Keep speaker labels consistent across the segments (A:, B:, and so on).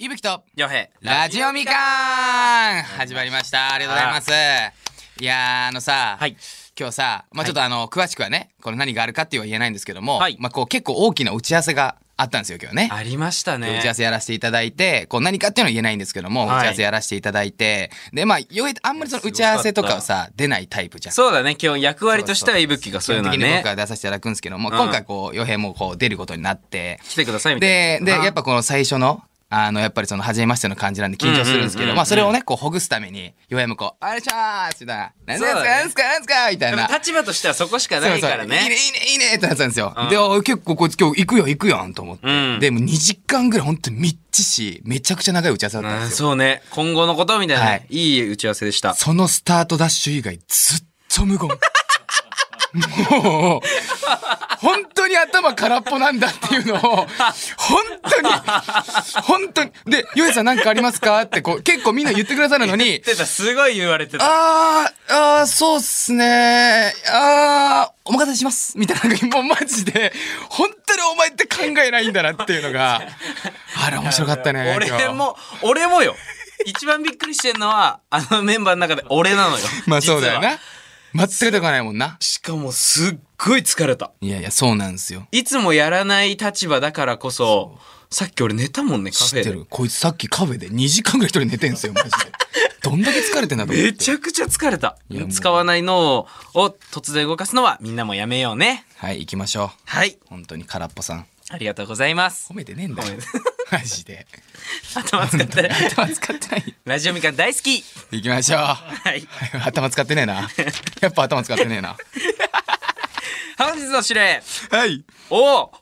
A: いぶきと
B: よへ
A: ラジオみかん始まりました。ありがとうございます。いやー、あのさ、
B: はい
A: 今日さ、まあちょっとあの、詳しくはね、この何があるかっていうのは言えないんですけども、
B: はい
A: まあこう結構大きな打ち合わせがあったんですよ、今日ね。
B: ありましたね
A: 打ち合わせやらせていただいて、こう何かっていうのは言えないんですけども、
B: はい
A: 打ち合わせやらせていただいて、で、まあ、よえあんまりその打ち合わせとかはさ、出ないタイプじゃん。
B: そうだね今日役割としては伊吹がそういうのは
A: 基本的に
B: ね
A: 僕は出させていただくんですけども、
B: うん
A: 今回こう、洋平もこう出ることになって、
B: 来てくださいみた
A: で
B: いな
A: で
B: あ
A: やっぱこの最初のあのやっぱりその初めましての感じなんで緊張するんですけ
B: うん
A: ど
B: うんうんうん
A: まあそれをねこうほぐすためによやむこう「あれしゃーす」みたいな「何です
B: そ
A: か
B: うだね
A: 何ですか何ですか」みたい
B: や
A: な
B: っ。ぱ立場としてはそこしかないか
A: そ
B: ら
A: うそういいね
B: ね
A: いいねいいねってなってたんですよ。
B: うん
A: であ結構こいつ今日行くよ行くよんと思って、
B: うん
A: でもう2時間ぐらい本当にみっちしめちゃくちゃ長い打ち合わせだったん
B: う
A: で
B: ん
A: すよ。
B: そうね今後のことみたいな
A: は
B: ね
A: い
B: いい打ち合わせでした
A: そのスタートダッシュ以外ずっと無言。もう、本当に頭空っぽなんだっていうのを、本当に、本当に。で、ゆえさん何かありますかってこう、結構みんな言ってくださるのに、
B: てたすごい言われてた
A: あー、あー、そうっすねあー、お任せします。みたいな、もうマジで、本当にお前って考えないんだなっていうのが、あれ面白かったね。今
B: 俺
A: 日
B: も俺もよ一番びっくりしてんのはあのメンバーの中で俺なのよ
A: まあそうだよ
B: 実は
A: な。全く出かないもんな。
B: しかもすっごい疲れた
A: いやいや、そうなんですよ。
B: いつもやらない立場だからこそさっき俺寝たもんねカフ
A: 知
B: ェ
A: っ
B: で
A: てるこいつさっきカフェで2時間ぐらい一人寝てんすよマ ジでどんだけ疲れてんだと思って
B: めちゃくちゃ疲れた
A: いやもう
B: 使わない脳を突然動かすのはみんなもやめようね
A: はい行きましょう
B: はい
A: 本当に空っぽさん
B: ありがとうございます
A: 褒めてねえんだ
B: ごめ
A: よ
B: ん
A: マジで
B: 頭使っ てる
A: 頭使ってない
B: ラジオみかん大好き
A: 行きましょう
B: はい
A: 頭使ってねえ なやっぱ頭使ってねえな
B: 本日の指令
A: はい
B: を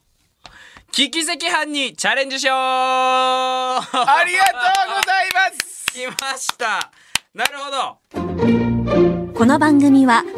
B: 危機赤飯にチャレンジしよう
A: あ
B: あ
A: りがとうございます
B: 来ましたなるほど
C: この番組は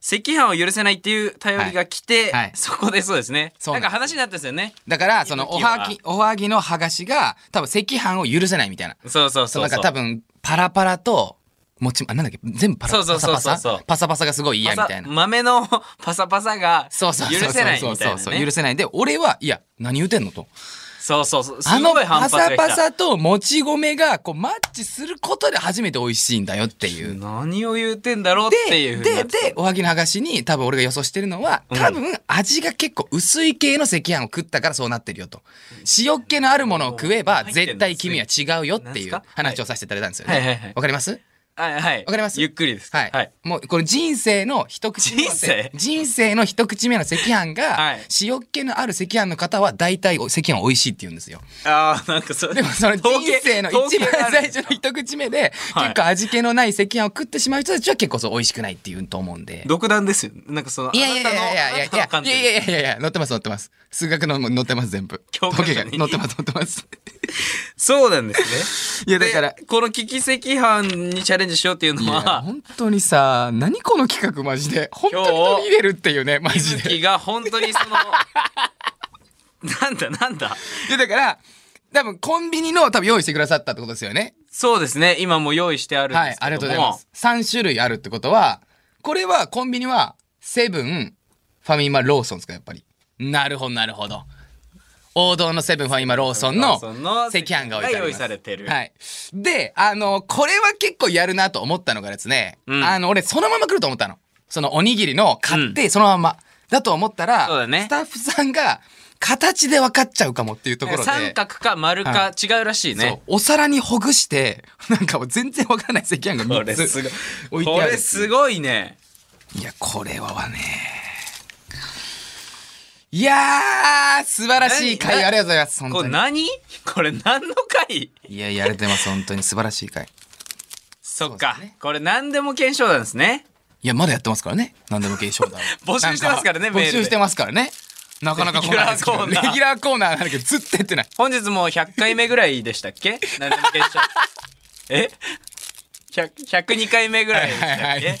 A: し
B: 赤飯を許せないっていう頼りが来て、
A: はいはい
B: そこでそうですね
A: そうなです
B: なんんか話になったんですよね
A: だからそのおはぎ
B: 息
A: おはぎのはがしが多分赤飯を許せないみたいな
B: そうそう
A: そ
B: そう
A: な
B: う
A: んか多分パラパラともちあなんだっけ全部パラ
B: そうそうそう
A: パサパサ
B: そうそう
A: パサパサがすごい嫌み
B: パサ
A: たいな
B: 豆のパサパサが許
A: そうそうそうそう
B: せない
A: そ
B: み
A: う
B: たい
A: そ
B: な
A: う
B: ね
A: そう許せないで俺はいや何言うてんのと
B: そうそうそう
A: あ
B: す
A: の
B: ごい反
A: パ
B: 発が
A: サ
B: 来た
A: パサともち米がこうマッチすることで初めて美味しいんだよっていう
B: 何を言うてんだろうってい
A: で
B: う
A: ででおはぎのはがしに多分俺が予想してるのは多分味が結構薄い系の赤飯を食ったからそうなってるよと塩っ気のあるものを食えば絶対君は違うよっていう話をさせていただいたんですよ
B: はいはいはい
A: ねわかります
B: はいはい
A: わかります
B: ゆっくりです
A: はい。もう、これ人生の一口目の。
B: 人生
A: 人生の一口目の赤飯が、
B: はい
A: 塩っ気のある赤飯の方は、大体お赤飯美味しいって言うんですよ。
B: ああなんかそれ
A: でも、その人
B: 統計
A: 生の
B: 統
A: 一
B: 計
A: 番
B: がある
A: 最初の一口目で、
B: はい
A: 結構味気のない赤飯を食ってしまう人たちは結構そう美味しくないって言うと思うんで。
B: 独断ですよなんかその
A: いやいやいやいやいやいやい
B: あなたのあなたの観
A: や
B: 点
A: いやいやいやいや、載ってます載ってます。数学のも載ってます全部。
B: 教科書に
A: 統計が載ってます載ってます。
B: そうなん です
A: い
B: ね
A: やだから
B: でこの危機赤飯にチャレンジしようっていうの
A: いや
B: は
A: 本当にさ、何この企画マジで。本当に取り入れるっていうね、マ
B: 伊
A: ジで。
B: 吹が本当にそ のなんだなんだ
A: いやだから多分コンビニの多分用意してくださったってことですよね。
B: そうですね今もう用意してあるん
A: は
B: で
A: い
B: すけども、、
A: ありがとうございます。三種類あるってことは、これはコンビニはセブン、ファミマ、ローソンですかやっぱり。なるほどなるほど。王道のセブンファミマローソンの
B: ローソンの
A: 赤飯が置いてあります
B: が用意されてる
A: はい。で、あの、これは結構やるなと思ったのがですね、
B: うん
A: あの、俺そのまま来ると思ったの。そのおにぎりの買ってそのまま、だと思ったら、
B: そうだね
A: スタッフさんが形で分かっちゃうかもっていうところで。
B: 三角か丸か違うらしい
A: そう
B: ね。
A: お皿にほぐして なんかもう全然わかんない赤飯が
B: こ
A: 3
B: れ
A: つ
B: すご
A: 置
B: い。
A: いて
B: こ
A: ある
B: れすごいね。
A: いやこれはねいやー素晴らしい
B: 何
A: 回
B: 何
A: ありがとうございます本
B: こ
A: 当
B: れ
A: に
B: 何？これ何の回？
A: いやいやありがとうございます本当に素晴らしい回
B: そっ
A: そう
B: か
A: ですね。
B: これ何でも検証なんですね。
A: いやまだやってますからね何でも継承だ
B: 募集してますからね
A: なん
B: メールで
A: 募集してますからねなかなか来ないですけど
B: レギュラ
A: レ
B: ーコーナー
A: ギュラーコーナーなんだけどずっとやってない
B: 本日も100回目ぐらいでしたっ け何でも決勝え100 ?102 回目ぐらいでしたっけ、
A: はいはいはい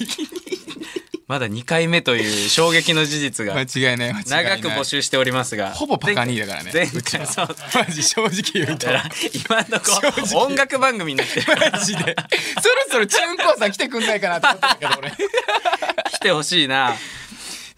B: まだ2回目という衝撃の事実が
A: 間違いない間違いな
B: 長
A: い
B: く募集しておりますが
A: ほぼパカ兄だからね
B: 前
A: う
B: 前
A: ちは
B: 回そうだ
A: マジ正直言うと
B: から今のとこ
A: 正直
B: 音楽番組になってる
A: マジでそろそろチュンコーさん来てくんないかなと思ってたけど俺
B: 来てほし いな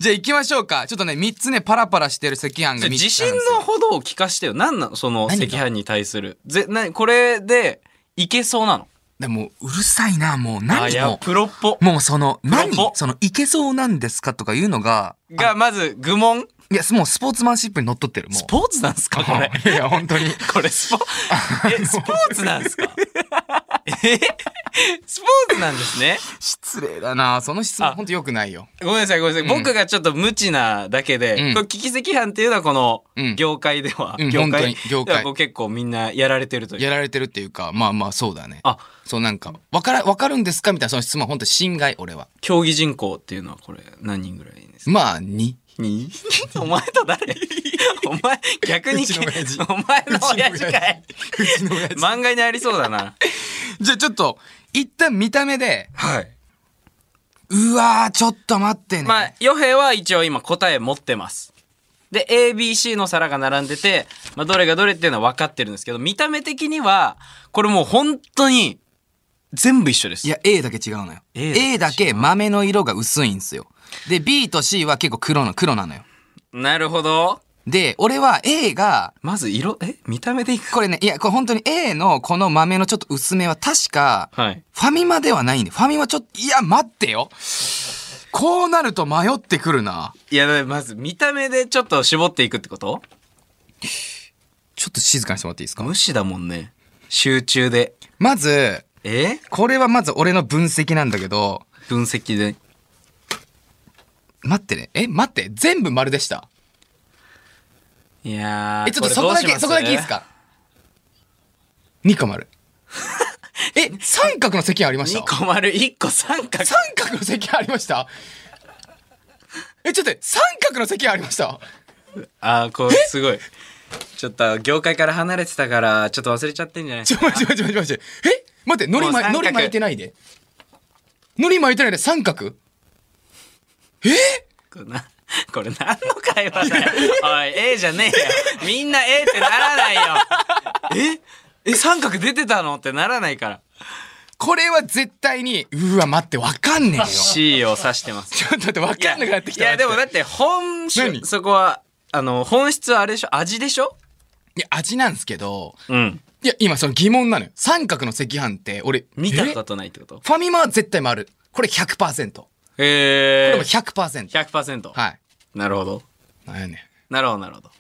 A: じゃあ行きましょうかちょっとね3つねパラパラしてる赤飯が3つ
B: 自信のほどを聞かしてよ何なのその赤
A: 何が
B: 飯に対するぜなこれでいけそうなの
A: でもううるさいなもう
B: あ
A: 何
B: いや
A: も
B: プロっぽ
A: もうその何
B: プロポ
A: そのいけそうなんですかとかいうのが
B: がまず愚問
A: いやもうスポーツマンシップにのっとってるもう
B: スポーツなんすかこれ
A: うん いや本当に
B: これスポ、 え、スポーツなんですかえスポーツなんですね。
A: 失礼だなその質問
B: あ
A: 本当良くないよ
B: ごめんなさい、ごめんなさい。
A: うん
B: 僕がちょっと無知なだけで、
A: うん
B: これ危機赤飯っていうのはこの
A: うん
B: 業界では、
A: うん
B: 業
A: 本当
B: 界
A: に業界
B: ではこう結構みんなやられてるという。
A: やられてるっていうかまあまあそうだね
B: あ、
A: そうなんかわからわかるんですかみたいなその質問本当心外俺は
B: 競技人口っていうのはこれ何人ぐらいですか
A: まあ2
B: に お前と誰お前、逆に
A: うちの親父
B: お前の親
A: うち
B: 父
A: の
B: か
A: 親
B: い漫画にありそうだな。
A: じゃあちょっと一旦見た目で
B: はい。
A: うわーちょっと待ってね、
B: まあ、ヨヘは一応今答え持ってます。で、ABC の皿が並んでて、まあ、どれがどれっていうのは分かってるんですけど、見た目的には、これもう本当に、全部一緒です。
A: いや A だけ違うのよ
B: A だ
A: A,
B: け違う
A: だけ豆の色が薄いんすよで B と C は結構黒の黒なのよ
B: なるほど。
A: で俺は A が
B: まず色、え見た目でいく
A: これねいやこれ本当に A のこの豆のちょっと薄めは確か
B: はい。
A: ファミマではないんでファミマちょっといや待ってよこうなると迷ってくるない
B: や、だからまず見た目でちょっと絞っていくってこと
A: ちょっと静かにしてもらっていいですか
B: 無視だもんね。集中で。
A: まず
B: え
A: これはまず俺の分析なんだけど
B: 分析で。
A: 待ってねえ待って全部丸でした
B: いやー。
A: えちょっとそこだ
B: れどう
A: け
B: します
A: そこだけいいですか2個 丸え三角の席ありまし
B: 二
A: た
B: 個丸、一個三角。
A: 三角の席ありましたえちょっと待って三角の席ありました
B: あーこうすごいちょっと業界から離れてたからちょっと忘れちゃってんじゃない
A: ちょ待って待って待って待ってえ待って海苔
B: もう三
A: 巻海
B: 角
A: 苔巻いてないで海苔巻いてないで三角
B: これなこれ何の会話だよおい A じゃねえよみんな A ってならないよええ三角出てたのってならないから
A: これは絶対にうわ待ってわかんねえよち
B: C を指してます
A: ょっと待ってわかんなくなってきた
B: いやいやでもだ
A: 待
B: って本質
A: 何
B: そこはあの本質はあれでしょ味でしょ
A: っていや味なんですけど
B: うん
A: いや今その疑問なのよ三角の赤飯って俺
B: 見たこ
A: え
B: とないってこと
A: ファミマは絶対丸これ100%こ
B: へ
A: れ
B: え
A: も100%、
B: 100%、
A: はい
B: なるほど
A: なんやねん
B: なるほどなるほど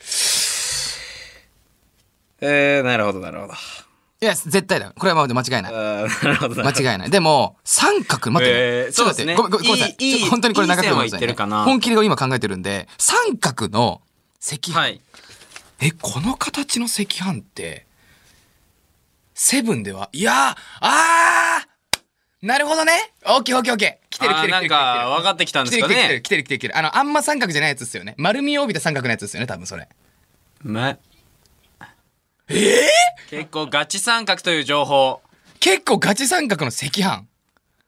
B: えー、なるほどなるほど
A: いや絶対だよこれは間違いない
B: あーなるほどなるほど
A: 間違いない。でも、三角、待ってね、
B: えー
A: ちょっと待って、ご
B: そ
A: め、
B: うんで
A: ご
B: す
A: め
B: ね
A: んなさい。
B: い
A: ちょ
B: い
A: っと本当にこれ長くてごめんなさい、
B: いい線は言ってるかな
A: 本気で今考えてるんで、三角の赤飯、
B: はい
A: え、この形の赤飯って、セブンでは、いやー、あーなるほどね。オッケーオッケーオッケー。来てる来
B: あ
A: て
B: ー
A: る来
B: な
A: て
B: ん
A: る。
B: か分かってきたん
A: 来
B: で
A: てる
B: すか
A: 来てる来てる
B: ね。
A: 来てる来てる来てる。あの、あんま三角じゃないやつですよね。丸みを帯びた三角のやつですよね、多分それ。
B: ま、え結構ガチ三角という情報。
A: 結構ガチ三角の赤飯。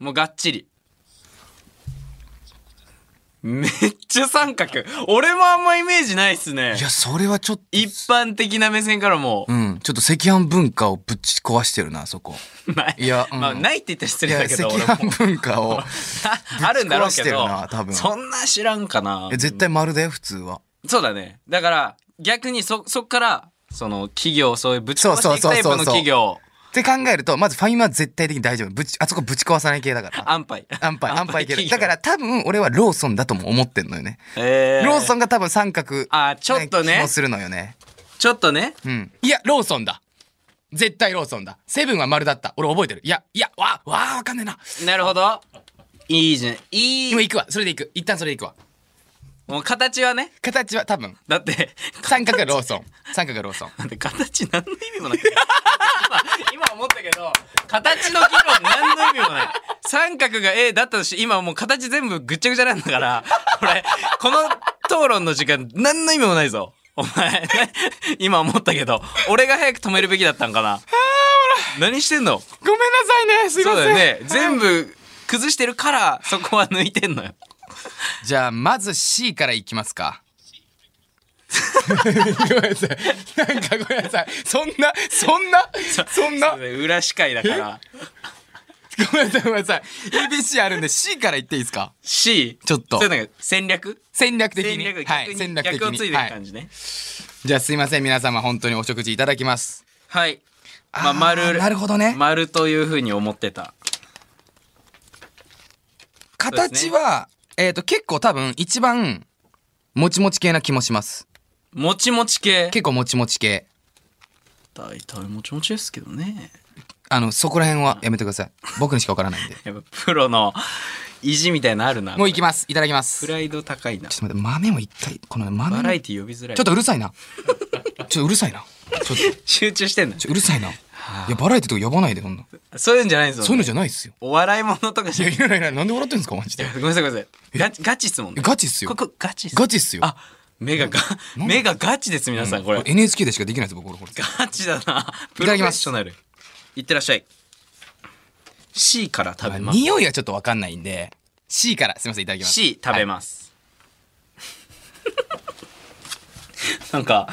B: もうがっちり。めっちゃ三角。俺もあんまイメージないっすね
A: い。や、それはちょっと。
B: 一般的な目線からもう、
A: うん、ちょっと赤飯文化をぶち壊してるな、そこ。
B: まあ、
A: いやうん
B: まあ、ないって言ったら失
A: い
B: 礼
A: や、
B: だけど、
A: 赤
B: 俺も。
A: 飯文化 を。
B: あるんだろう
A: ぶち壊
B: け
A: してる
B: ど
A: な多、分
B: そんな知らんかな
A: え。絶対丸だよ普通は
B: そうだね。だから、逆にそ、そっから、その企業、そういうぶち壊していく
A: そうそうそう
B: タイプ
A: そう
B: の企業、
A: って考えるとまずファミマは絶対的に大丈夫ぶちあそこぶち壊さない系だから
B: 安牌。
A: 安牌安牌系
B: 企業
A: だから多分俺はローソンだとも思ってんのよね、
B: えー
A: ローソンが多分三角
B: あちょっとね
A: 気もするのよね
B: ちょっとね。
A: うんいやローソンだ絶対ローソンだセブンは丸だった俺覚えてるいやいやわわーわかんねえな
B: なるほど。いいじゃん。いい
A: もう。行くわそれで行く一旦それで行くわ
B: もう形はね。
A: 形は多分
B: だって、
A: 三角がローソン三角がローソン
B: だって形何の意味もない。 今、今思ったけど、形の議論何の意味もない。三角が A だったとして、今もう形全部ぐっちゃぐちゃなんだから、これ、この討論の時間、何の意味もないぞ。お前、 今思ったけど、俺が早く止めるべきだったんかな。何してんの
A: ごめんなさいね。すい
B: そ
A: ま
B: う
A: せん。
B: だよね。全部崩してるから、そこは抜いてんのよ。
A: じゃあ、まず C からいきますか。ごめんなさい。なんかごめんなさい。そんな、そんな、そんな。
B: 裏司会だから。
A: ごめんなさい、ごめんなさい。ABC あるんで C から言っていいですか
B: C。
A: ちょっと
B: それなんか戦略
A: 戦略的に。
B: 戦略、
A: はい、
B: 逆
A: 戦
B: に
A: 略的
B: 逆をつい
A: に。
B: てる
A: は
B: 感
A: い。
B: じね。
A: じゃあすいません、皆様本当にお食事いただきます。
B: はい。ま
A: ー
B: あ、丸。
A: なるほどね
B: 丸というふうに思ってた。
A: 形は、えっ、と、結構多分一番、もちもち系な気もします。
B: もちもち系。
A: 結構もちもち系。
B: 大体もちもちですけどね。
A: あの、そこら辺はやめてください。僕にしかわから ないんで。
B: やっぱプロの意地みたいなのあるな。
A: もういきます。いただきます。
B: プ
A: ちょっ
B: ライド高いな。
A: と待って、豆も一体、この豆
B: バラ
A: の
B: エティ呼びづらい。
A: ちょっとうるさいな。ちょっとうるさいな。ちょっと、
B: 集中してんの。
A: ちょうるさいな。いや、バラエティとか呼ばないで、そんな。
B: そういうんじゃないんですよ。
A: そういうのじゃないっすよ。
B: お笑いものとか
A: い
B: じゃ
A: や、
B: ない
A: い。らないいらない。なんで笑ってんですか、マジで。
B: ごめんなさい、ごめんなさい。ガチ、ガチっすもんね。
A: ガチっすよ
B: ここ、ガチっす。
A: ガチっすよ。
B: あ、目がガ、目がガチです、皆さん、これ。
A: NHK でしかできないです、僕、これ。
B: ガチだな。
A: い
B: プ
A: た
B: ロ
A: だ
B: フ
A: き
B: ェ
A: ま
B: ッ
A: す
B: ショナル。いってらっしゃい。C から食べます。
A: 匂いはちょっとわかんないんで、C から、すみません、いただきます。
B: C 食べます。なんか、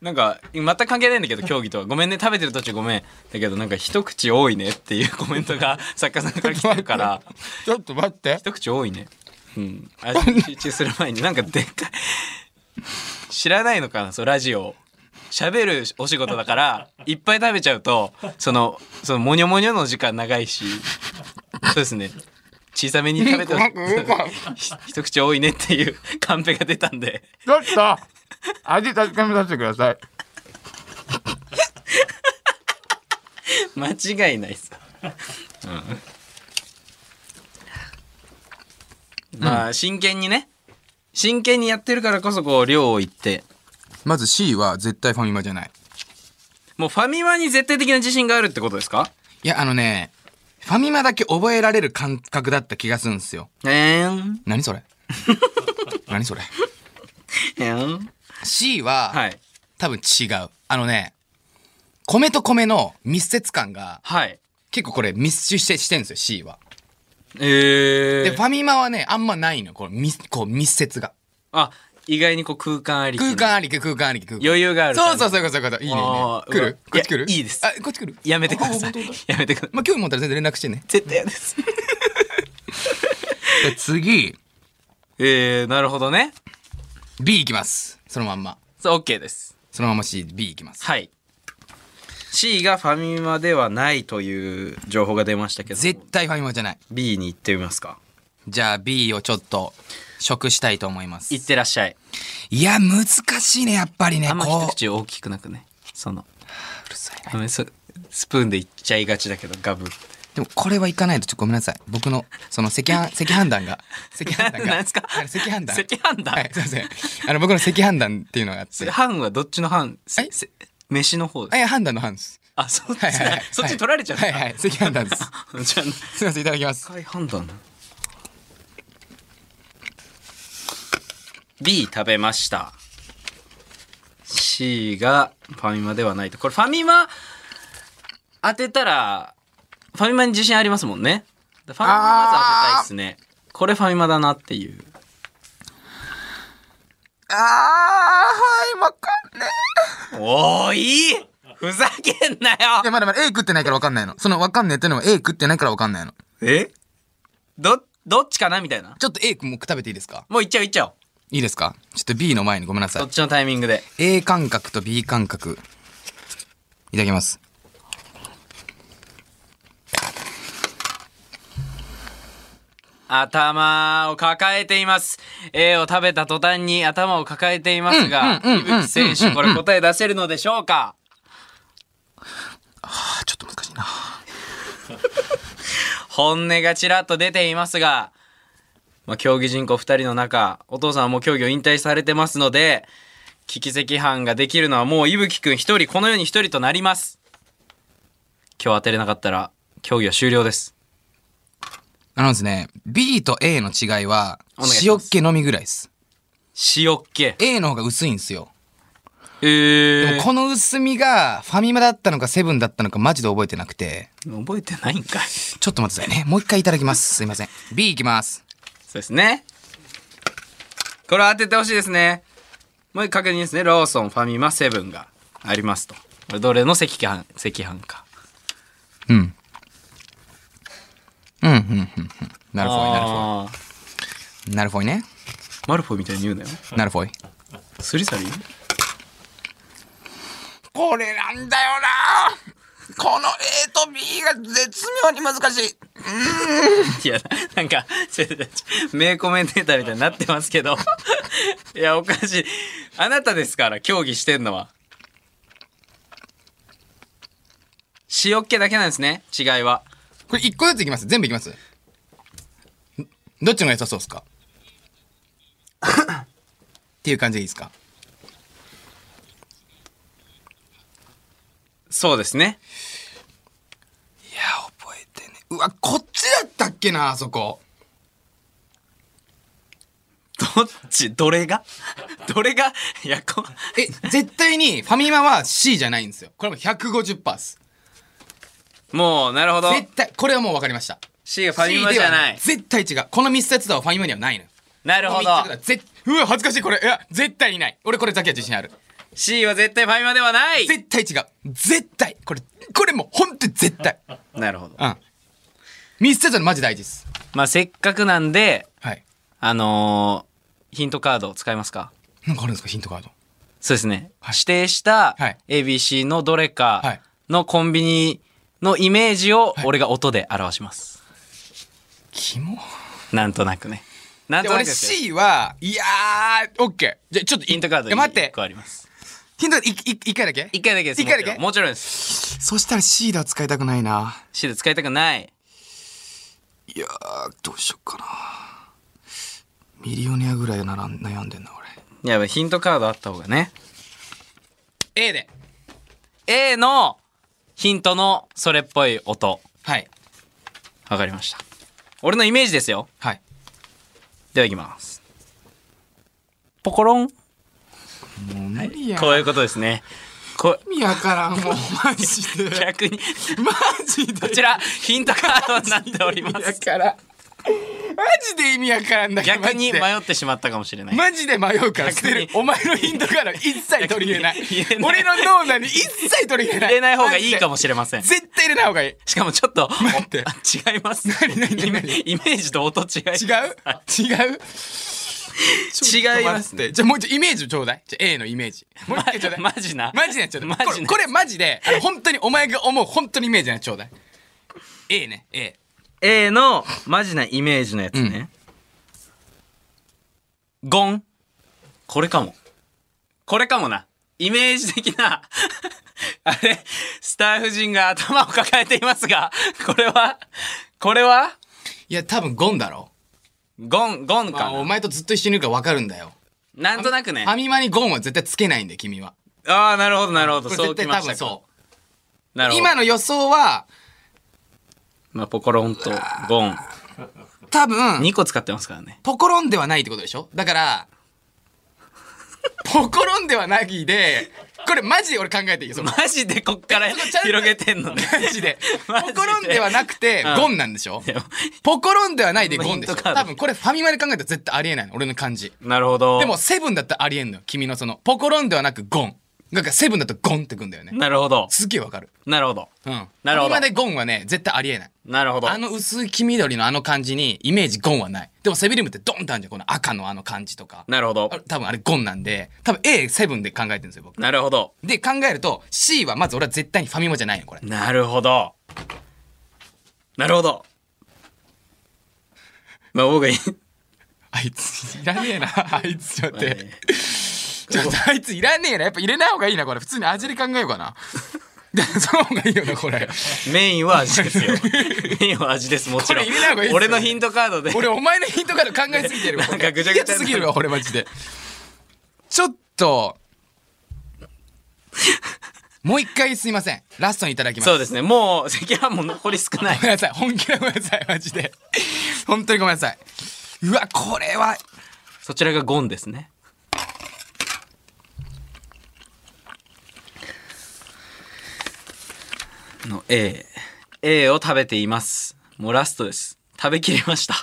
B: なんか、全く関係ないんだけど、競技とは。ごめんね、食べてる途中ごめん。だけど、なんか、一口多いねっていうコメントが作家さんから来てるから。
A: ちょっと待って。
B: 一口多いねうんあ集中する前になんかでっかい知らないのかなそうラジオ喋るお仕事だからいっぱい食べちゃうとそのそのモニョモニョの時間長いしそうですね小さめに食べてほしいひ一口多いねっていうカンペが出たんで
A: ちょっと、味確かめさせてください。
B: 間違いないっす、うん、まあ真剣にね真剣にやってるからこそこう量を言って
A: まず C は絶対ファミマじゃない。
B: もうファミマに絶対的な自信があるってことですか
A: いや、あのね、ファミマだけ覚えられる感覚だった気がするんですよ。
B: えー、
A: 何 それ何それ
B: えー、
A: ?C は、
B: はい。
A: 多分違う。あのね、米と米の密接感が、
B: はい。
A: 結構これ密集してしてるんですよ、C は。
B: え
A: で、
B: ー
A: フ、ァミマはね、あんまないの。この密、こう密接が。
B: あ、意外にこう空間ありき
A: 空間ありき、空間ありき、空間。
B: 余裕がある
A: そうそうそういうこと、そういうこと。いいね、いいね
B: あー
A: 来
B: うわ
A: るこっち来る
B: いやいいです
A: あ、こっち来る
B: やめてくださ
A: あ
B: い
A: 本当だ。
B: やめてください。
A: まあ、興味持ったら全然連絡してね。
B: 絶対嫌です。
A: で次、
B: えー、なるほどね。
A: B いきます。そのまんま。
B: そう、OK です。
A: そのまま C、B いきます。
B: はい。C がファミマではないという情報が出ましたけど、
A: 絶対ファミマじゃない。
B: B に行ってみますか。
A: じゃあ B をちょっと、食したいと思います。
B: 行ってらっしゃい。
A: いや、難しいね、やっぱりね。
B: あんま
A: こう
B: 一口大きくなくね。そ
A: う
B: の、
A: るさいな
B: ごめんそスプーンでいっちゃいがちだけど、ガブ。
A: でもこれはいかないとちょっとごめんなさい。僕のその赤飯赤判断が赤判 断が
B: 何ですか
A: あの赤判断
B: 赤飯団
A: はいすいません。あの僕の赤判断っていうのがあっ
B: そ
A: て。
B: れ、飯はどっちの飯せ
A: え
B: せ飯の方です
A: あいや判断の判です。
B: あ、そっち、
A: はいはいはい。
B: そっち取られちゃった。
A: はいはい赤判断です。
B: じゃあ、
A: すいませんいただきます。
B: 深い判断だ B 食べました。C がファミマではないと。これファミマ当てたら、ファミマに自信ありますもんね。ファミマまず当てたいっすね。これファミマだなっていう。
A: あーはいわかんね
B: おー、いいふざけんな
A: え。いや
B: よ
A: まだまだ A 食ってないからわかんないの。そのわかんねえってのは A 食ってないからわかんないの。
B: えど、どっちかなみたいな。
A: ちょっと A もう食べていいですか。
B: もういっちゃういっちゃおう。
A: いいですか。ちょっと B の前にごめんなさ
B: どっ
A: い。
B: ちのタイミングで。
A: A 感覚と B 感覚いただきます。
B: 頭を抱えています。A を食べた途端に頭を抱えていますが、
A: うんうんうん
B: 伊吹選手、これ答え出せるのでしょうか
A: あちょっと難しいな。
B: 本音がちらっと出ていますが、まあ、競技人口2人の中、お父さんはもう競技を引退されてますので、危機席班ができるのはもう伊吹くん1人、この世に1人となります。今日当てれなかったら、競技は終了です。
A: あのですね、B と A の違いは
B: お願い、しま
A: 塩っ
B: す
A: 気のみぐらいです。
B: 塩っ気。
A: A の方が薄いんですよ。
B: え
A: でも
B: ー。
A: この薄みがファミマだったのかセブンだったのかマジで覚えてなくて。
B: 覚えてないんかい。そ
A: ちょっと待ってくださいね。もう一回いただきます。すいません。B いきます。
B: うですね。これ当ててほしいですね。もう一回確認ですね。ローソン、ファミマ、セブンがありますと。これどれの赤飯、赤飯か。
A: うん。うん、うん、うん。うんなるほど、なるほど。
B: あー
A: ナルフォイね。
B: マルフォイみたいに言うなよ。
A: ナルフォイ。
B: スリサリー
A: これなんだよなこの A と B が絶妙に難しい。
B: いや、なんか、 ちょちょちょ名コメンテーターみたいになってますけど。 いや、おかしい。あなたですから、競技してんのは。塩っ気だけなんですね、違いは。
A: これ一個ずついきます。全部いきます。んどっちのが良さそうですか っていう感じでいいですか
B: そうですね。
A: いや、覚えてね。うわ、こっちだったっけな、あそこ。
B: どっち、ど れがどれがいや、こ、
A: え、絶対にファミマは C じゃないんですよ。これも150%パス。
B: もう、なるほど。
A: 絶対、これはもう分かりました。
B: C がファミマじゃない
A: C。では絶対違う。この密接度はファミマにはないのよ。
B: なるほ
A: この密着
B: ど
A: だ。ぜうわ、恥ずかしい、これ。いや、絶対いない。俺これだけは自信ある。
B: C は絶対ファミマではない。
A: 絶対違う。絶対。これ、これもう本当に絶対。
B: なるほど。
A: うん。密接度マジ大事です。
B: まあ、せっかくなんで、
A: はい。
B: あのーヒントカード使いますか
A: なんかあるんですかヒントカード。
B: そうですね。指定した
A: はい
B: ABC のどれ
A: は
B: か
A: い
B: のコンビニのイメージを
A: はい
B: 俺が音で表します。
A: キモ
B: なんとなくね。なん
A: で
B: となく
A: 俺
B: ですよ
A: C は、いやー、オッケー。じゃ、ちょっと
B: ヒントカード
A: いや待っ
B: 1
A: て
B: 個。あります。
A: ヒント、い、い、一回だけ
B: 一回だけです。
A: 一回だけ
B: もちろんもちろんです。
A: そしたら C だ使いたくないな。
B: C で使いたくない。
A: いやー、どうしよっかな。ミリオネアぐらいなら悩んでんな、
B: いや、ヒントカードあった方がね。
A: 俺。A で。
B: A のヒントのそれっぽい音。
A: はい。
B: わかりました。俺のイメージですよ。
A: はい。
B: では行きます。ポコロン。
A: もう無理や。
B: こういうことですね。こ
A: 意味わから ん、もう、マジで。
B: 逆に、
A: マジで。
B: こちら、ヒントカードになっておりま
A: 意味わ
B: す。
A: からん。マジで意味わからんだから。
B: 逆
A: マジ
B: に
A: で
B: 迷ってしまったかもしれな い。
A: マジで迷うから捨てる
B: 逆。に
A: お前のヒントから一切取り入れない
B: 入れ。ない
A: 俺の脳内に一切取り入れない。
B: 入れない方がいいかも
A: し
B: しれません。
A: 絶対入れない方がいい。違う
B: しかもちょっと、
A: 待って
B: お違います。
A: 何何
B: イメ
A: 何
B: イメージと音違います。
A: 違う
B: 違いますね。
A: ね。じゃあもう一度イメージちょうだい。じゃあ A のイメージ。もう一回ちょうだい。
B: まマジな
A: マジなやつちょうだい。
B: マ
A: こ
B: ジ
A: れ
B: な
A: これマジで、あの本当にお前が思う本当にイメージなやつちょうだい。A ね、A。
B: A のマジなイメージのやつね。ゴン。これかも。これかもな。イメージ的な。 あれ、スタッフ陣が頭を抱えていますが、これは、これはい
A: や、多分ゴンだろ。
B: ゴン、ゴン
A: ま
B: か
A: あ、
B: な。
A: お前とずっと一緒にいるから分かるんだよ。
B: なんとなくね。
A: ファミマにゴンは絶対つけないんだよ、君は。
B: ああ、なるほど、なるほど。
A: これ
B: そう
A: 絶
B: き
A: 対
B: ま
A: 多
B: した
A: 分
B: か。
A: そ
B: なる
A: う。
B: ほど。
A: 今の予想は、
B: まあ、ポコロンとゴン。
A: 多分、
B: 2個使ってますからね。
A: ポコロンではないってことでしょだから、ポコロンではないで、これマジで俺考えていいよ、その。
B: マジでこっから
A: ちゃんと
B: 広げてんのね。
A: マジで。ポ
B: マジで
A: コロンではなくて
B: うん、
A: ゴンなんでしょ
B: でも
A: ポコロンではないでゴンでしょ
B: ヒントカード
A: 多分これファミマで考えたら絶対ありえないの、俺の感じ。
B: なるほど。
A: でも、セブンだったらありえんのよ、君のその、ポコロンではなくゴン。なんかセブンだとゴンってくんだよね。
B: なるほど。
A: すげえわかる。
B: なるほど。
A: うん。
B: なる
A: ファ
B: ほど
A: ミマでゴンはね、絶対ありえない。
B: なるほど。
A: あの薄い黄緑のあの感じにイメージゴンはない。でもセビリムってドンってあるじゃん、この赤のあの感じとか。
B: なるほど
A: あ。多分あれゴンなんで、多分 A7 で考えてるんですよ、僕。
B: なるほど。
A: で、考えると C はまず俺は絶対にファミマじゃないの、これ。
B: なるほど。なるほど。まあ、僕がいい。
A: あいついらねえ な、あいつちょっと
B: まあ
A: 待って。
B: ね
A: ちょっとあいついらねえな、やっぱ入れない方がいいな、これ。普通に味で考えようかな。 で、その方がいいよな、こ れ。
B: メインは味ですよ。メインは味です、もちろん
A: これ入れない方がいいですよ
B: 俺のヒントカードで。
A: 俺、お前のヒントから考えすぎてるわ。
B: なんかぐちゃぐちゃになる
A: いやすぎるわ、俺マジで。ちょっと、もう一回すいません。ラストにいただきます。
B: そうですね。もう、赤飯も残り少な い
A: ご。めんなさい。本気でごめんなさい。マジで。本当にごめんなさい。うわ、これは、
B: そちらがゴンですね。の A。A を食べています。もうラストです。食べきりました。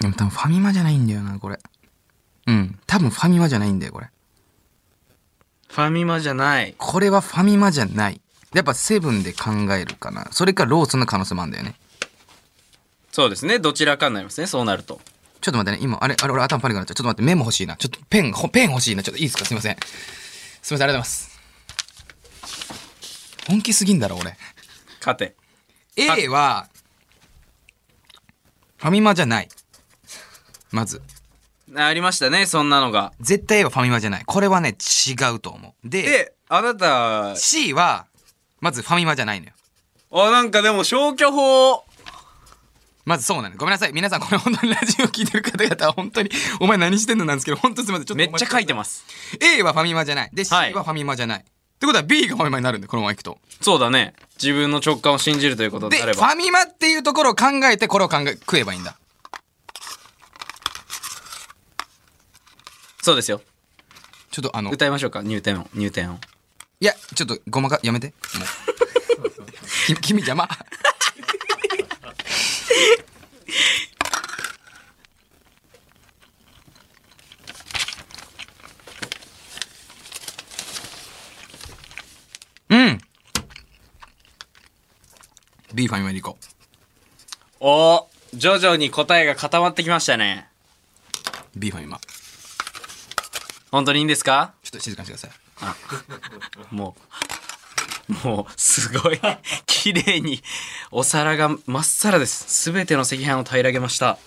A: でも多分ファミマじゃないんだよな、これ。うん。多分ファミマじゃないんだよ、これ。
B: ファミマじゃない。
A: これはファミマじゃない。やっぱセブンで考えるかな。それかローソンの可能性もあるんだよね。
B: そうですね。どちらかになりますね。そうなると。
A: ちょっと待ってね、今、あれ、あれ、俺頭パニックになっちゃう。ちょっと待って、メモ欲しいな。ちょっとペン、ほペン欲しいな。ちょっといいですかすいません。すいません、ありがとうございます。本気すぎんだろ、俺。
B: 勝て。
A: A は、ファミマじゃない。まず。
B: あありましたね。そんなのが。
A: 絶対 A はファミマじゃない。これはね、違うと思う。で、
B: で、あなた、
A: C は、まずファミマじゃないのよ。
B: あ、なんかでも消去法。
A: まずそうなの。ごめんなさい。皆さん、これ本当にラジオ聞いてる方々は本当に、お前何してんのなんですけど、本当すみません。ちょっと
B: めっちゃ書いて
A: ま
B: ます。
A: す。A はファミマじゃない。で、C は
B: はい
A: ファミマじゃない。ってことは B がファミマになるんで、このままいくと。
B: そうだね。自分の直感を信じるということ
A: で、
B: であ
A: フ
B: れば。
A: ァミマっていうところを考えて、これを考え、食えばいいんだ。
B: そうですよ。
A: ちょっとあの、い
B: 歌いましょうか。入店を。入店を。
A: や、ちょっとごまか、やめて。もうき君邪魔。うん。B ファミマでいこう。
B: おー徐々に答えが固まってきましたね。
A: B ファミマ。
B: 本当にいいんですか
A: ちょっと静かにしてください。
B: もう、もう、すご い、綺麗に、お皿がまっさらです。すべての赤飯を平らげました。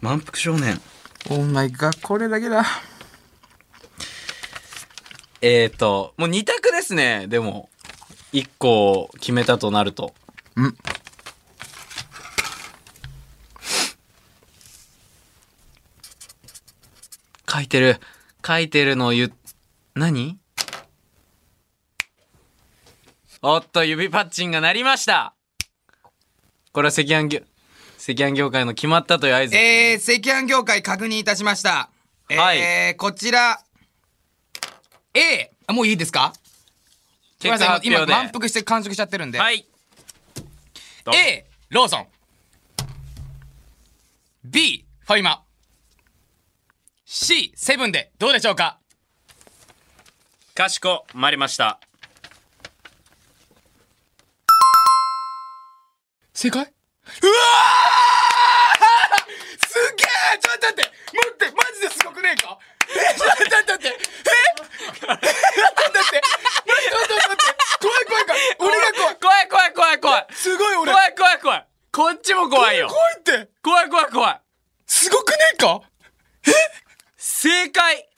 B: 満腹少年。
A: お前がこれだけだ。
B: えーと、もう2択ですね、でも。1個を決めたとなると。
A: うん。
B: 書いてる。書いてるのを言う、何おっと、指パッチンが鳴りましたこれは赤飯業、赤飯業界の決まったという合図。
A: えー、赤飯業界確認いたしました。えー、
B: はい
A: こちら、A。あもういいですかごめん
B: 結果発
A: なさ
B: 表
A: い
B: で。
A: 今、満腹して完食しちゃってるんで。
B: はい。
A: A、ローソン。B、ファイマ。C、セブンで、どうでしょうか
B: かしこまりました。
A: 正解うわーすげえちょっと待って待ってマジですごくねえかえちょっと待って待ってえ待って待って待って待って待って待って怖い怖い怖い俺が怖い
B: 怖い怖い怖い怖い。
A: すごい俺
B: 怖い怖い怖い。こっちも怖いよ。
A: 怖いって
B: 怖い怖い怖い。
A: すごくねえか
B: 正解。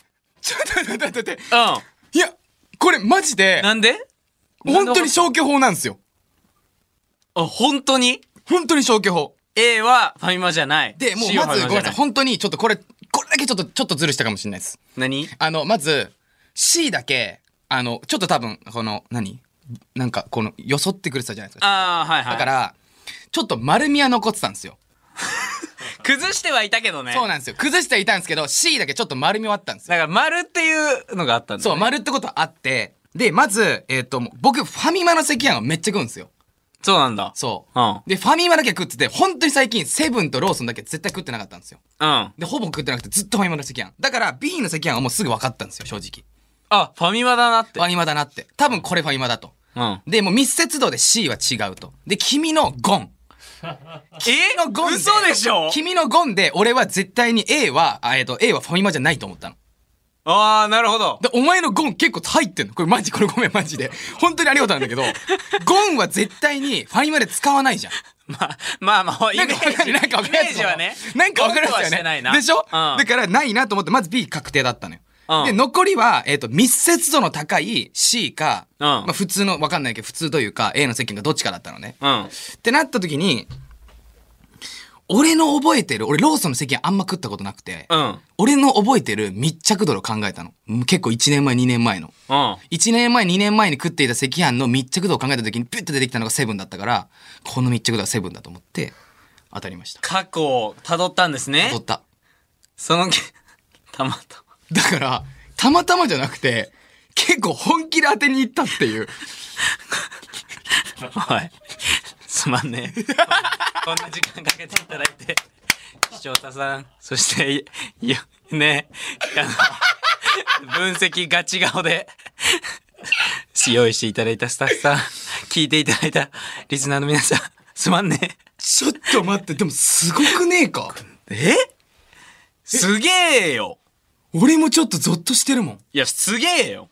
A: ちょっと待って待って待ってい
B: う
A: やこれマジで
B: ん。なんで
A: 本当に消去法なんですよ
B: あ、本当に
A: 本当に消去法
B: ?A はファミマじゃない。
A: でもう
B: C は
A: ま
B: フ
A: ず
B: ァ
A: ご
B: ミ
A: めんな
B: マじ
A: さ
B: ゃ
A: い
B: い。
A: 本当にちょっとこれこれだけちょっとちょっとズルしたかもしれないです
B: 何
A: あの、まず、C だけ、あの、ちょっと多分、この、何なんか、この、よそってくれてたじゃないですか。
B: ああ、はいはい。
A: だから、ちょっと丸みは残ってたんですよ。
B: 崩してはいたけどね。
A: そうなんですよ。崩してはいたんですけど、C だけちょっと丸みはあったんですよ。
B: だから、丸っていうのがあったんだ。
A: そう、丸ってことはあって、で、まず、えっ、と、もう僕、ファミマの赤飯をめっちゃ食うんですよ。
B: そうなんだ。
A: そう。
B: うん
A: で、ファミマだけは食ってて、本当に最近、セブンとローソンだけ絶対食ってなかったんですよ。
B: うん。
A: で、ほぼ食ってなくて、ずっとファミマの赤飯。だから、B の赤飯はもうすぐ分かったんですよ、正直。
B: あ、ファミマだなって
A: フ。ァミマだなって。多分これファミマだと。
B: うん。
A: で、もう密接度で C は違うと。で、君のゴン。
B: え
A: 君のゴン
B: 嘘でしょ
A: 君のゴンで、俺は絶対に A は、あえっと、A はファミマじゃないと思ったの。
B: ああ、なるほど。
A: で、お前のゴン結構入ってんのこれマジ、これごめんマジで。 本当にありがとうなんだけど、 ゴンは絶対にファミマで使わないじゃん。
B: まあ、まあまあ、イメ
A: なん
B: ー
A: かわか
B: ジ。
A: る、なんかわかるや
B: イメー
A: つ
B: ジはね。
A: なんかわかるやつ
B: ゴンとは
A: よ
B: してない
A: ね
B: な。。
A: でしょ
B: うん
A: だからないなと思って、まず B 確定だったのよ
B: う。ん
A: で、残りは、えっと、密接度の高い C か、
B: うん
A: まあ普通の、わかんないけど、普通というか、A の席がどっちかだったのね。
B: うん。
A: ってなった時に、俺の覚えてる、俺ローソンの席あんま食ったことなくて、
B: うん。
A: 俺の覚えてる密着度を考えたの。うん結構1年前、2年前の。
B: うん。
A: 1年前、2年前に食っていた赤飯の密着度を考えた時にピュッと出てきたのがセブンだったから、この密着度はセブンだと思って、当たりました。
B: 過去を辿ったんですね
A: 取。った。
B: そのけ、たまたま。
A: だから、たまたまじゃなくて、結構本気で当てに行ったっていう。
B: はい。 すまんね。 こんな時間かけていただいて、視聴者さん、そして、いいや、ね、あの、分析ガチ顔で、用意していただいたスタッフさん、聞いていただいたリスナーの皆さん、すまんね。
A: ちょっと待って、でもすごくねえか
B: えすげえよ
A: 俺もちょっとゾッとしてるもん。
B: いや、すげえよ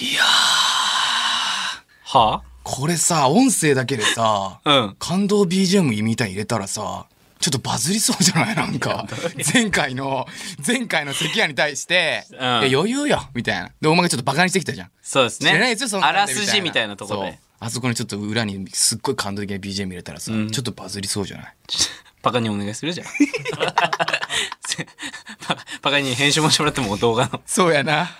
B: いやは
A: これさ、音声だけでさ、
B: うん
A: 感動 BGM みたいに入れたらさ、ちょっとバズりそうじゃないなんか。前回の、前回の関谷に対して、
B: ん
A: いや余裕よみたいな。で、お前がちょっとバカにしてきたじゃん。
B: そうですね。
A: 知らないですよ、そん
B: あ
A: なんで
B: らすじみたいなとこ
A: そう
B: で。
A: あそこにちょっと裏にすっごい感動的な BGM 入れたらさ、ちょっとバズりそうじゃない
B: パカにお願いするじゃん。 せパカパカに編集もしてもらっても動画の。
A: そうやな。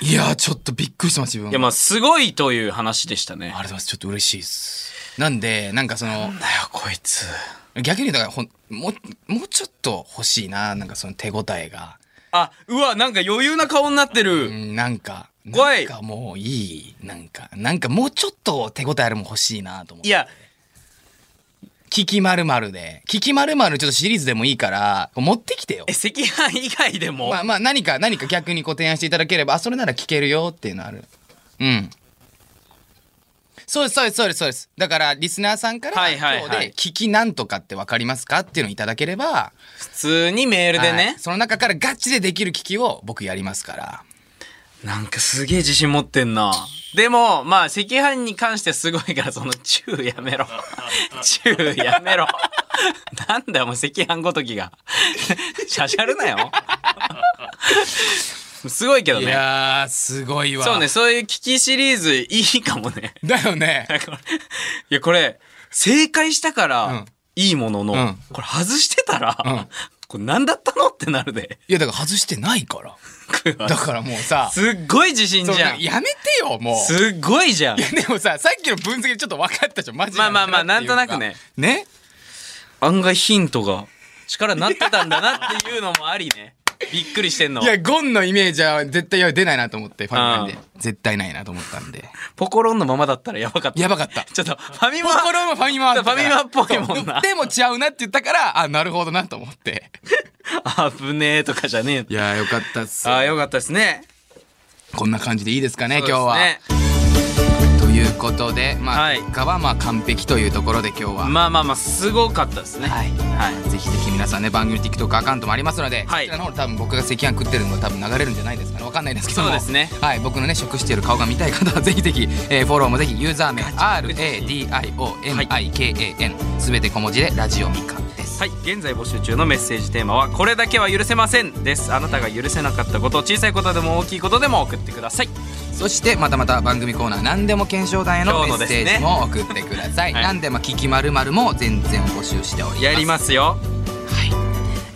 A: いやー、ちょっとびっくりしてます、自分も
B: いやまあすごいという話でしたね。
A: ありがとうございます。ちょっと嬉しいです。なんで、なんかその、
B: だよこいつ。
A: 逆にだからほん、もう、もうちょっと欲しいな、なんかその手応えが。
B: あ、うわ、なんか余裕な顔になって
A: う
B: る。
A: んなんか、
B: 怖い
A: なんかもういい。なんか、なんかもうちょっと手応えあるもん欲しいなと思っ
B: い
A: て。
B: や、
A: キキまるまるで。キキまるまるちょっとシリーズでもいいから、持ってきてよ
B: え、。赤飯以外でも、
A: まあまあ何か、何か逆にご提案していただければ、あ、それなら聞けるよっていうのある。うん。そうです、そうです、そうです、そうです。だから、リスナーさんから、
B: はいはいはい
A: 今日で、聞きなんとかってわかりますかっていうのをいただければ、
B: 普通にメールで
A: は
B: ね
A: い。その中からガチでできる聞きを僕やりますから。
B: なんかすげえ自信持ってんな。でも、まあ、赤飯に関してすごいから、その、 チューや めろ。チューやめろ。なんだよ、もう赤飯ごときが。 しゃしゃるなよ。すごいけど
A: い
B: ね。
A: やー、すごいわ。
B: そうね、。そういう聞きシリーズいいかもね。
A: だよね。
B: なんかこれいや、これ、正解したか
A: う
B: ら
A: ん
B: いいものの、
A: うん
B: これ外してたら、
A: うん
B: これ何だったのってなる で。
A: いや、だから外してないから。だからもうさ、
B: すっごい自信
A: そう
B: じゃん。
A: やめてよ、もう。
B: すっごいじゃん。
A: でもさ、さっきの分析でちょっと分かったじゃん、マジ
B: まあまあまあ
A: だっていうか
B: なんとなくね。
A: ね
B: 案外ヒントが力になってたんだなっていうのもありね。びっくりしてんの
A: い。や、ゴンのイメージは絶対出ないなと思って、ファミマで
B: あ。
A: 絶対ないなと思ったんで。
B: ポコロンのままだったらやばかった。
A: やばか った。
B: ちょっと、ファミマ、
A: ポコロンもファミマだから
B: ファミマっぽいもんな
A: そうでも違うなって言ったから、あ、なるほどなと思って。
B: あぶねえとかじゃね
A: いやー、よかったっ
B: え。
A: す。
B: ああ、よかったですね。
A: こんな感じでいいですかね、今日
B: そう
A: は
B: で。すね
A: ということで、まあ、
B: はい
A: 結果はまあ完璧というところで今日は。
B: まあまあまあ、すごかったですね。
A: はい
B: はい。
A: ぜひぜひ皆さんね番組 TikTok アカウントもありますので、
B: はい
A: そちらの方で多分僕が赤飯食ってるのが多分流れるんじゃないですかねわかんないですけども
B: そうですね
A: はい、僕のね食している顔が見たい方はぜひぜ ひ、えーフォローもぜひユーザー名 RADIOMIKAN すべて小文字でラジオミカです、
B: はい、現在募集中のメッセージテーマは「これだけは許せません」ですあなたが許せなかったこと小さいことでも大きいことでも送ってください
A: そしてまたまた番組コーナー何でも検証団へのメ
B: 今日の
A: ッ
B: です
A: セ
B: ね
A: ージも送ってください、
B: はい
A: 何でも聞きまるまるも全然募集しております
B: やりますすよ
A: はい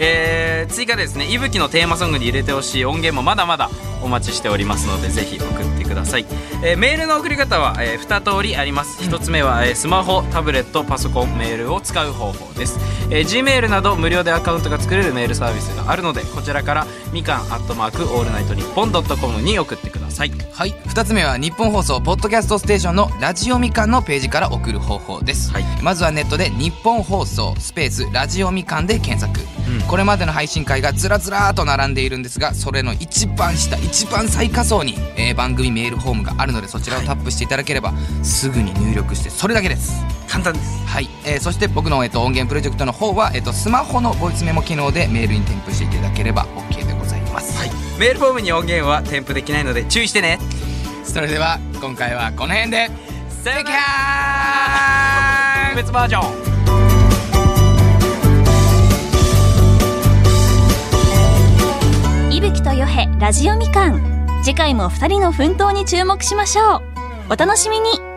B: えー、追加でですね「いぶき」のテーマソングに入れてほしい音源もまだまだお待ちしておりますのでぜひ送ってください、えーメールの送り方は、え2通りあります1つ目は、えースマホタブレットパソコンメールを使う方法です、えー Gmail など無料でアカウントが作れるメールサービスがあるのでこちらからみかんアットマークオールナイトニッポンドットコムに送ってください
A: はい、2つ目は日本放送ポッドキャストステーションのラジオみかんのページから送る方法です、
B: はい
A: まずはネットで日本放送スペースラジオみかんで検索、
B: うん
A: これまでの配信回がずらずらーっと並んでいるんですがそれの一番下一番最下層に、えー番組メールフォームがあるのでそちらをタップしていただければ、すぐに入力してそれだけです
B: 簡単です
A: はい、えーそして僕の、えっと音源プロジェクトの方は、えっとスマホのボイスメモ機能でメールに添付していただければ OK でございます、はい、
B: メールフォームに音源は添付できないので注意してね
A: それでは今回はこの辺で
B: さ
A: よなら
B: 特別バージョン
C: 伊吹とよへラジオみかん次回も2人の奮闘に注目しましょうお楽しみに